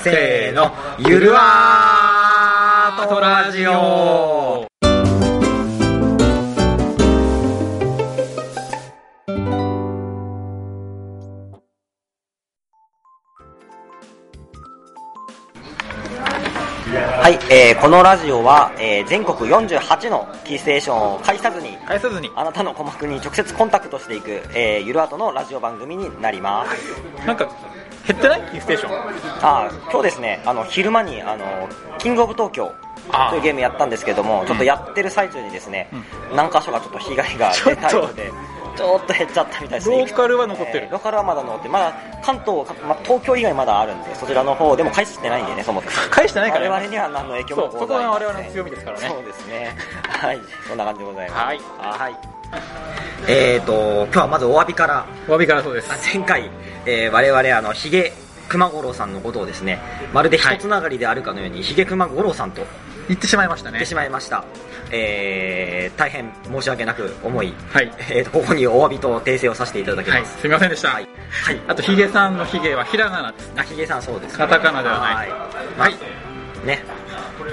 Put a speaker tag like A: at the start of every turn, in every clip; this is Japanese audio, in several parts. A: せーのゆるわーとラジオ
B: はい、えーこのラジオは、えー全国48のキーステーションを介さずに
A: 返さずに
B: あなたの鼓膜に直接コンタクトしていく、えーゆるアートのラジオ番組になります
A: なんか減ってないキーステーション
B: あー今日ですねあの昼間にあのキングオブ東京
A: あー
B: というゲームやったんですけどもちょっとやってる最中にですね、何箇所かちょっと被害が出たようでちょっと減っちゃったみたいですね
A: ローカルは残ってる
B: えーローカルはまだ残ってるまだ関東、かまあ、東京以外まだあるんでそちらの方でも返してないんでねそもそも
A: 返してないからね
B: 我々には何の影響も
A: そう
B: ございません
A: そこが我々の強みですからね
B: そうですねはいそんな感じでございます
A: はい
B: はいえーと今日はまずお詫びから
A: お詫びからそうです
B: あ前回、えー我々あのヒゲ熊五郎さんのことをですねまるで一つながりであるかのように、ヒゲ熊五郎さんと
A: 言ってしまいまし
B: 言
A: た
B: っ
A: ね
B: てしまいました、えー大変申し訳なく思い、
A: はい
B: えーとここにお詫びと訂正をさせていただき
A: はい
B: ます
A: すみませんでした、
B: はい、はい、
A: あとヒゲさんのヒゲはひらがなです
B: あヒゲさんそうです、
A: カタカナではない
B: はい、まあ
A: はい
B: ね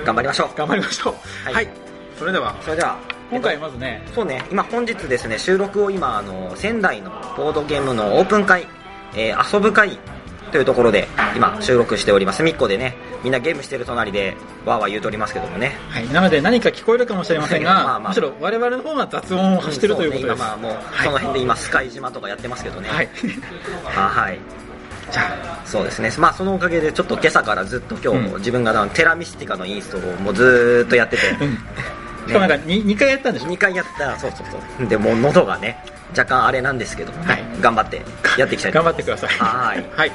B: 頑張りましょう
A: 頑張りましょう
B: は
A: はいい、それでは
B: それでは
A: 今回まずね
B: そうね、今本日ですね、収録を今、あの、仙台のボードゲームのオープン会、えー遊ぶ会というところで、今収録しております。隅っこでね、みんなゲームしてる隣で、わーわー言うとりますけどもね。
A: はい、なので何か聞こえるかもしれませんが、
B: まあまあ
A: むしろ我々の方が雑音を発してるということです、
B: んそね今まあもう、その辺で今、スカイ島とかやってますけどね。
A: はい
B: あはい。
A: じゃ
B: そうですね。まあ、そのおかげで、ちょっと今朝からずっと今日、
A: うん
B: 自分があのテラミスティカのインストールをもうずーっとやってて、
A: あ、うん、しかもなんか 2, 二回やったんでしょ
B: 2回やったそうそうそう。で、もう喉がね、若干あれなんですけども、
A: はい
B: 頑張ってやっていきたいと思います
A: 頑張ってくださ
B: は
A: い
B: い
A: はい、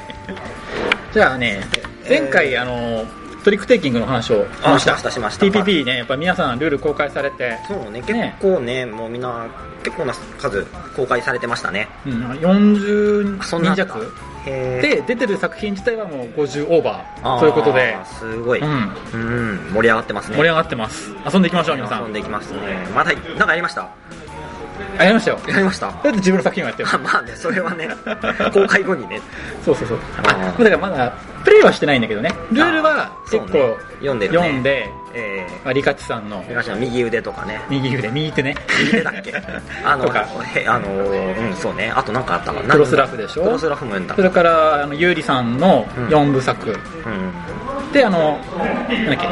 A: じゃあね前回、あのトリックテイキングの話をしました
B: あしましたしました
A: TPP ねやっぱ皆さんルール公開されて、
B: そうね、結
A: ね
B: 構ね、もうみんな、結構な数公開されてましたね。
A: うん、40
B: そんなあ
A: 人
B: った
A: 弱
B: へー
A: で出てる作品自体はもう50オーバ
B: あ
A: ー
B: ー
A: ということで、
B: すごい、
A: う
B: うん、
A: ん、
B: 盛り上がってますね。
A: 盛り上がってます遊んでいきましょう皆さ
B: 遊ん
A: ん
B: でいきますね。また、なんかやりました
A: あやりましたよ
B: やりま した
A: だって自分の作品をやってる
B: まあまあね、それ はね、公開後にね、
A: そうそうそう
B: あ
A: あ
B: ー
A: だからまだプレイはしてないんだけどねルールは
B: あー
A: 結
B: そうね
A: 構、
B: 読んでるね
A: 読んで、
B: えー
A: まあ、リカチさんの
B: 東の右腕とかね、
A: 右腕右手ね
B: 右手だ っけあの、
A: とか
B: へあのー、うん、そうね、あとなんかあったかな。
A: クロスラフでしょ
B: クロスラフも読んだ
A: そ。れからあのゆうりさんの
B: うん
A: 4部作、
B: うん。
A: であのなんだっけ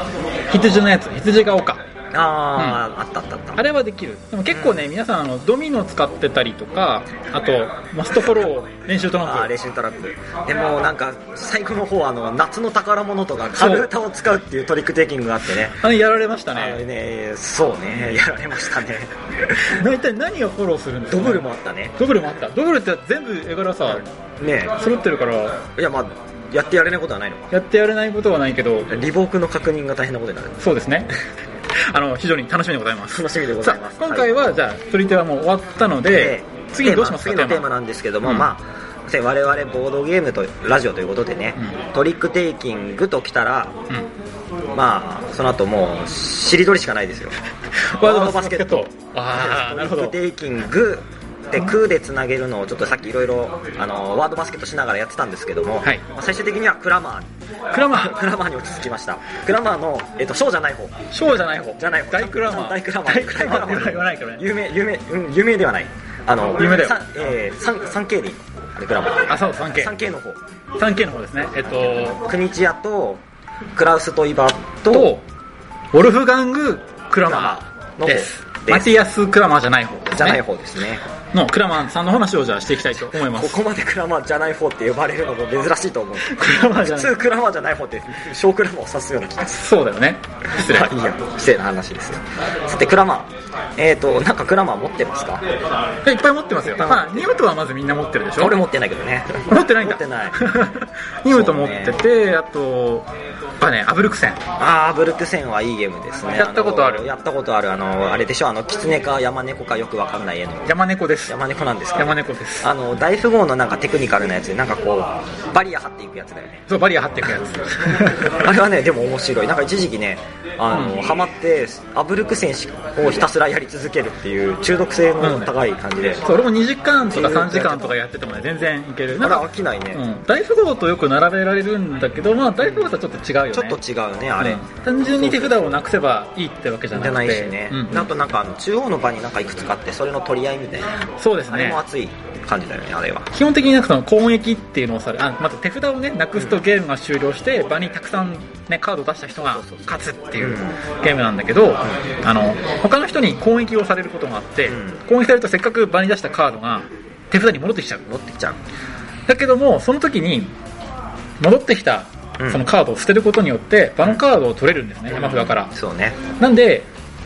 A: 羊のやつ羊が丘
B: あー、あったあったあった。
A: あれはできるでも結構ね、皆さんあのドミノ使ってたりとかあとマストフォロー練習ト
B: あ
A: ラ
B: ーレ
A: ンプ
B: ーシントラップでもなんか最後の方あの夏の宝物とか軽歌を使うっていうトリックテイキングがあってね
A: あれやられました
B: あれ
A: ね
B: ねそうねやられましたね
A: 大体何をフォローするんです
B: ド
A: か、ね、
B: ブルもあったね
A: ドブルもあったドブルって全部絵柄さ
B: ね
A: 揃ってるから
B: えいやまあやってやれないことはないのか
A: やってやれないことはないけど
B: リボークの確認が大変なことになる
A: そうで すねあの非常に楽しみでございます
B: 楽しみでござ
A: さ
B: います
A: あ今回はじゃあ取り手はもう終わったので
B: で
A: 次どうしますか
B: テーマ次のテー
A: テー
B: マ
A: マ
B: なんですけども、
A: うん
B: まあせ我々ボードゲームとラジオということでね、
A: うん
B: トリックテイキングときたら
A: うん
B: まあその後もうしりとりしかないですよ
A: ワールドバスケットああなるほ
B: トリッ
A: ど
B: クテイキングで空でつなげるのをちょっとさっきいろいろあのワードバスケットしながらやってたんですけども、
A: はい
B: まあ最終的にはクラマ
A: クラマ
B: ー
A: ー
B: クラマーに落ち着きましたクラマーの、えっとショーじゃない方
A: ショーじゃない方
B: じゃない方
A: 大クラマー
B: 大クラマー
A: 大クラマーって言わないからね
B: 有名有名、うん、有名ではないあの
A: 有名だよ
B: さえー、さん 3K でいいあれクラマー
A: あそう 3K
B: 3K の方
A: 3K の方ですねえっと
B: クニチアとクラウスとイバと
A: とウォルフガング・クラマ
B: の方
A: ーです
B: です
A: マティアス・クラマーじゃない方ですね
B: じゃない方ですね
A: のクラマーさんの話をじゃあしていきたいと思いま
B: こ
A: す
B: こまでクラマーじゃない方って呼ばれるのも珍しいと思う
A: クラマーじゃ
B: 普
A: ない
B: 通クラマーじゃない方って小クラマーを指すような気がする
A: そうだよね失礼
B: まあいいや失礼な話ですよさてクラマーえっ、ー、となんかクラマー持ってますか
A: いやいっぱい持ってますよ、
B: いっぱい持
A: まあ、ニムトはまずみんな持ってるでしょ
B: 俺持ってないけど ね
A: 持ってないんだ
B: 持ってない
A: ニムト持ってて、あとやっぱねアブルクセン
B: ああブルクセンはいいゲームですね
A: やったことある
B: のやったことあるあのあれでしょあの狐か山猫かよくわかんない絵の
A: 山猫です
B: 山猫なんですか
A: 山猫です
B: あの大富豪のなんかテクニカルなやつでなんかこうバリア張っていくやつだよね
A: そうバリア張っていくやつ
B: あれはねでも面白いなんか一時期ねあの、ハマってアブルクセンをひたすらやり続けるっていう中毒性の高い感じで、
A: そう俺も2時間とか3時間とかやっててもね全然いける
B: あ
A: なん
B: ら
A: か
B: 飽きないね、
A: うん、大富豪とよく並べられるんだけど、まあ、大富豪とはちょっと違うよね
B: ちょっと違うねあれ、
A: うん単純に手札をなくせばいいってわけじゃな
B: じゃ
A: く
B: ない
A: て
B: しね、
A: うん
B: あとなんかあの中央の場になんかいくつかあってそれの取り合いみたいな、
A: そうです
B: あれ
A: ね
B: も熱い感じだよねあれは
A: 基本的になんかその攻撃っていうのをされあまず手札をねなくすとゲームが終了して場にたくさん、ね、カードを出した人が勝つっていうゲームなんだけどあの他の人に攻撃をされることがあって
B: うん
A: 攻撃されるとせっかく場に出したカードが手札に戻ってきちゃう
B: 持ってきちゃう
A: だけどもその時に戻ってきた
B: うん
A: そのカードを捨てることによって場のカードを取れるんですね山札から
B: そうね
A: なんで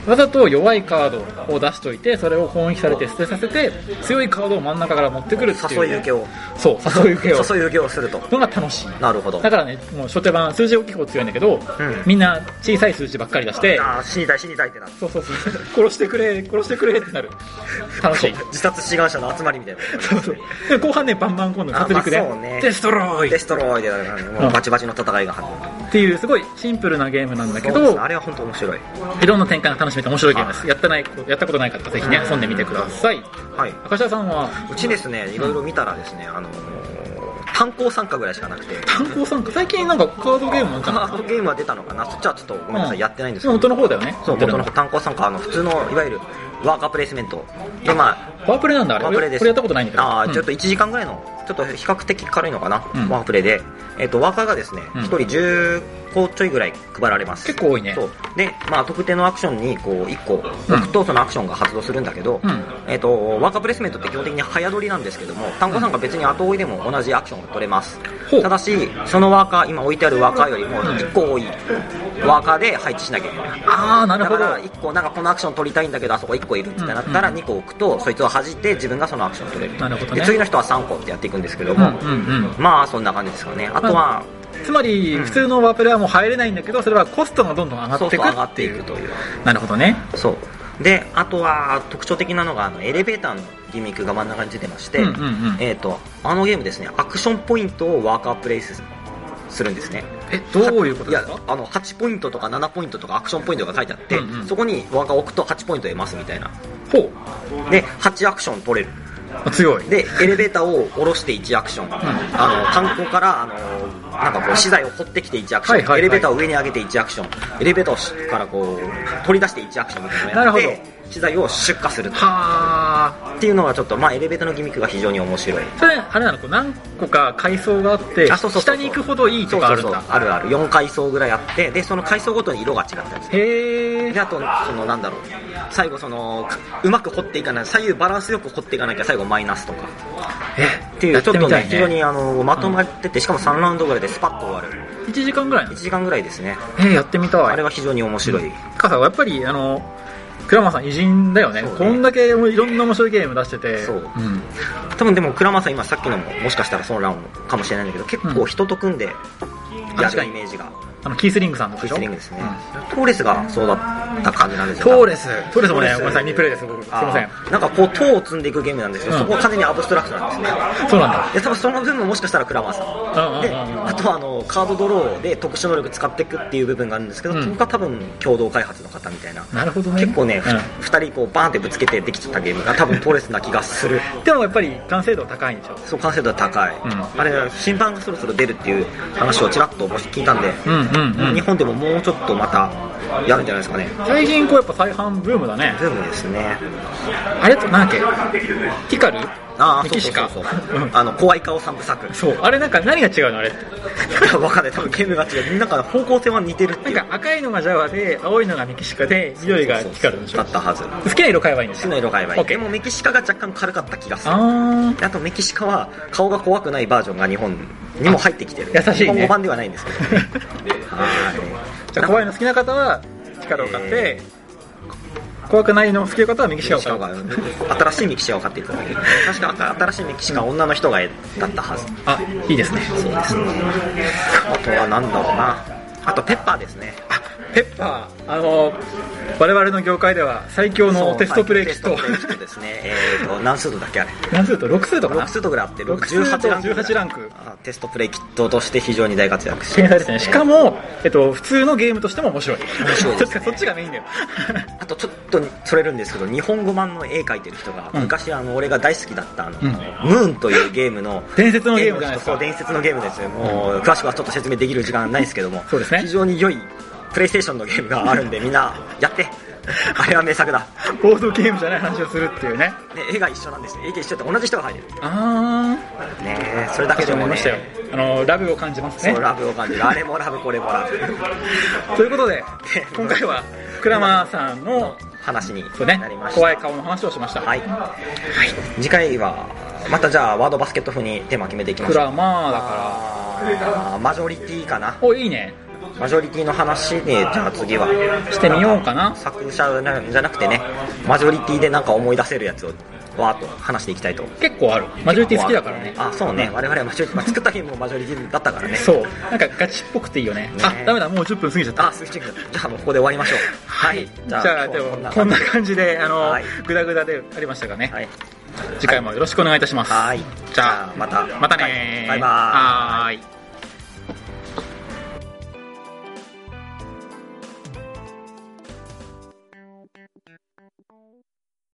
A: わざと弱いカードを出しといてそれを攻撃されて捨てさせて強いカードを真ん中から持ってくるっていう
B: 誘い受けを
A: そう誘い受けを
B: 誘い受けをすると
A: のが楽しい
B: なるほど
A: だからねもう初手番数字大きい方強いんだけど、
B: ん
A: みんな小さい数字ばっかり出して
B: ああ死にたい死にたいってなる
A: そうそう そう殺してくれ殺してくれってなる楽しい
B: 自殺志願者の集まりみたいな
A: そうそうで後半ねバンバン今度殺戮で、
B: あまあそうね
A: デストロイ
B: デ
A: っ
B: ストロイでもうバチバチの戦いが始まる
A: ていうすごいシンプルなゲームなんだけ
B: そうですね
A: ど
B: あれは本当面白い
A: いろんな展開が楽しめて面白いゲームですやったないやったことない方ぜひね遊んでみてください
B: はい
A: 赤嶋さんは
B: うちですねいろいろ見たらですねあの炭鉱参加ぐらいしかなくて
A: 観光参加最近なんかカードゲームなん
B: カ
A: かな
B: ードゲームは出たのかなそっちはちょっとごめんなさいやってないんですけど
A: 本当の方だよね
B: そう、
A: 本当
B: 元
A: の
B: の炭鉱参加、あの、普通の、いわゆる、ワーカープレイスメント。で、ま
A: ワープレなんだ
B: あ、
A: あれ
B: ワープレイです。
A: これやったことないんだけど
B: ああ、
A: うん
B: ちょっと1時間ぐらいの、ちょっと比較的軽いのかな、
A: うん
B: ワープレイで。えっ、と、ワーカーがですね、
A: うん
B: 1人10個ちょいぐらい配られます。
A: 結構多いね
B: そう。で、まあ、特定のアクションに、こう、1個、
A: うん
B: 6とそのアクションが発動するんだけど、
A: うん
B: えっ、と、ワーカープレイスメントって基本的に早取りなんですけども、炭鉱参加別に後追いでも同じアクションが取れます
A: ほう。
B: ただし、そのワーカー、今置いてあるワーカーよりも
A: うん
B: 1個多いワーカーで配置しなきゃいけない。
A: ああなる
B: だ
A: ほ
B: か
A: ど
B: ら1個なんかこのアクション取りたいんだけどあそこ1個いるってなったら2個置くとそいつを弾いて自分がそのアクション取れる
A: なるほどね
B: で次の人は3個ってやっていくんですけど
A: うん
B: も、
A: うんうん
B: まあそんな感じですかねあとは、
A: つまり
B: うん
A: 普通のワープレはもう入れないんだけどそれはコストがどんどん上が
B: そ
A: っ
B: う
A: て
B: そう
A: いく
B: 上がっていくという
A: なるほどね
B: そうであとは特徴的なのがあのエレベーターのギミックが真ん中に出てまして、
A: うんうんうん
B: えー、とあのゲームですねアクションポイントをワーカープレイスするんですね
A: えどういうことです
B: い
A: か
B: やあの8ポイントとか7ポイントとかアクションポイントが書いてあって、
A: うんうん
B: そこにワーカーを置くと8ポイント得ますみたいな
A: ほう
B: で8アクション取れる
A: あ強い
B: でエレベーターを下ろして1アクション、あの観光からあのなんかこう資材を掘ってきて1アクション、
A: はいはいはい
B: エレベーターを上に上げて1アクションエレベーターからこう取り出して1アクションみたいなのをやっ
A: なるほ
B: て資材を出荷する
A: はあ
B: っていうのがちょっと、まあ、エレベーターのギミックが非常に面白い
A: それあれなのこう何個か階層があって
B: あそうそうそうそ
A: 下
B: う
A: に行くほどいいとかあるんだ
B: そうそうそうあるある4階層ぐらいあってでその階層ごとに色が違ったりして
A: へ
B: で
A: え
B: あとそのなんだろう最後そのうまく掘っていかない左右バランスよく掘っていかなきゃ最後マイナスとかっていう
A: やっ
B: ちょ
A: て
B: っと
A: みたい
B: ね
A: ね
B: 非常にあのまとまっててしかも3ラウンドぐらいでスパッと終わる
A: 1時間ぐらいな
B: 1
A: の
B: 時間ぐらいですね
A: えーやってみたい
B: あれは非常に面白い
A: 母さんはやっぱりあの倉間さん偉人だよね
B: そうね
A: こんだけいろんな面白いゲーム出してて
B: そう
A: うん
B: 多分でも倉間さん今さっきのももしかしたらそのラウンドかもしれないんだけど結構人と組んでや
A: 確か
B: る
A: に
B: イメージが
A: あのキースリングさんとか
B: フィ
A: でしょ
B: スリングですね
A: うん
B: トーレスがそうだった感じなんですよ
A: トーレストーレスもね
B: ト
A: ごめんなさい未プレイです僕すいません
B: あーなんかこう塔を積んでいくゲームなんですけど、
A: うん
B: そこは完全にアブストラクトなんですね
A: そうなんだ
B: で多分その部分ももしかしたらクラマーさん
A: うんうん
B: で
A: うんうん
B: あとはあのカードドローで特殊能力使っていくっていう部分があるんですけど、
A: うん
B: そこが多分共同開発の方みたいな
A: なるほどね
B: 結構ね、
A: うん
B: ふ2人こうバーンってぶつけてできてたゲームが多分トーレスな気がする
A: でもやっぱり完成度高いんでしょ
B: そう完成度は高い、
A: ん
B: あれ新版がそろそろ出るっていう話をちらっと聞いたんで、
A: うんうんう
B: 日
A: ん
B: 本でももうちょっとまたやるんじゃないですかね
A: 最近こうやっぱ再販ブームだね
B: ブームですね
A: あれとなんだっけティカル
B: ああ
A: メ
B: そう
A: キ
B: そ
A: シ
B: う
A: カ
B: そう
A: うん
B: あの怖い顔三部作
A: そうあれなんか何が違うのあれって
B: わかんない多分ゲームが違うなんか方向性は似てるって
A: なん
B: いう
A: か赤いのがジャワで青いのがメキシカで緑がティカルでしょ
B: だったはず
A: 好きな色買えばいいんです
B: 好き
A: よ
B: な色が合えばいい
A: OK
B: でもメキシカが若干軽かった気がする
A: あ
B: あとメキシカは顔が怖くないバージョンが日本にも入ってきてる
A: 優し
B: 日
A: いね
B: 本語版ではないんですけど
A: ーじゃあ怖いの好きな方はティカルを買って、怖くないの好きな方はメキシカを買う
B: が新しいメキシカを買っていただける確か新しいメキシカは女の人がだったはず
A: あいいですね
B: そうですねあとは何だろうなあとペッパーですね
A: ペッパー、あの我々の業界では最強のテストプレイキッ
B: そう、
A: ト
B: テストプレイキットですね。えっと、何数度だっけあれ。
A: 何数と6数とかな
B: 6数度ぐらいあって、
A: 六
B: 僕
A: 数と
B: 18ランクぐらい。
A: 18ランク
B: あテストプレイキットとして非常に大活躍して
A: 天才ですねしかも、えっと、普通のゲームとしても面白い
B: 白い ですね
A: そっちがメインだよ
B: あとちょっとそれるんですけど日本語版の絵描いてる人が、
A: うん
B: 昔あの俺が大好きだったあの、
A: うん
B: ムーンというゲームの
A: 伝説のゲームじゃないですか
B: そう伝説のゲームですよもう詳しくはちょっと説明できる時間ないですけども
A: そうですね
B: 非常に良いプレイステーションのゲームがあるんでみんなやってあれは名作だ
A: ボードゲームじゃない話をするっていうね
B: で絵が一緒なんですよ絵が一緒って同じ人が描いてる
A: ああ
B: ねえそれだけでも
A: 思
B: ね
A: いましたよあのラブを感じますね
B: そうラブを感じるあれもラブこれもラブ
A: とい うことで今回はクラマーさんの
B: 話に
A: そう、ね
B: なりまし、た
A: 怖い顔の話をしました、
B: はい、次回はまたじゃあワードバスケット風にテーマ決めていきま
A: ク
B: しょう
A: ラマーだか
B: あーマジョリティかな
A: らおいいね
B: マジョリティの話でじゃあ次は
A: してみようかな
B: 作者なじゃなくてねマジョリティでなんか思い出せるやつをわーっと話していきたいと
A: 結構あるマジョリティ好きだからね
B: あそうね我々はマジョリティ、まあ作ったゲームもマジョリティだったからね
A: そうなんかガチっぽくていいよね
B: ね
A: あダメだもう10分過ぎちゃった
B: あスイッチングじゃあもうここで終わりましょうはい
A: じゃあで
B: 今日
A: も
B: は
A: こんな感じであの
B: はい
A: グダグダでありましたがね
B: はい
A: 次回もよろしくお願いいたします
B: はい
A: じゃあ
B: また
A: またね
B: バイバイ
A: はーい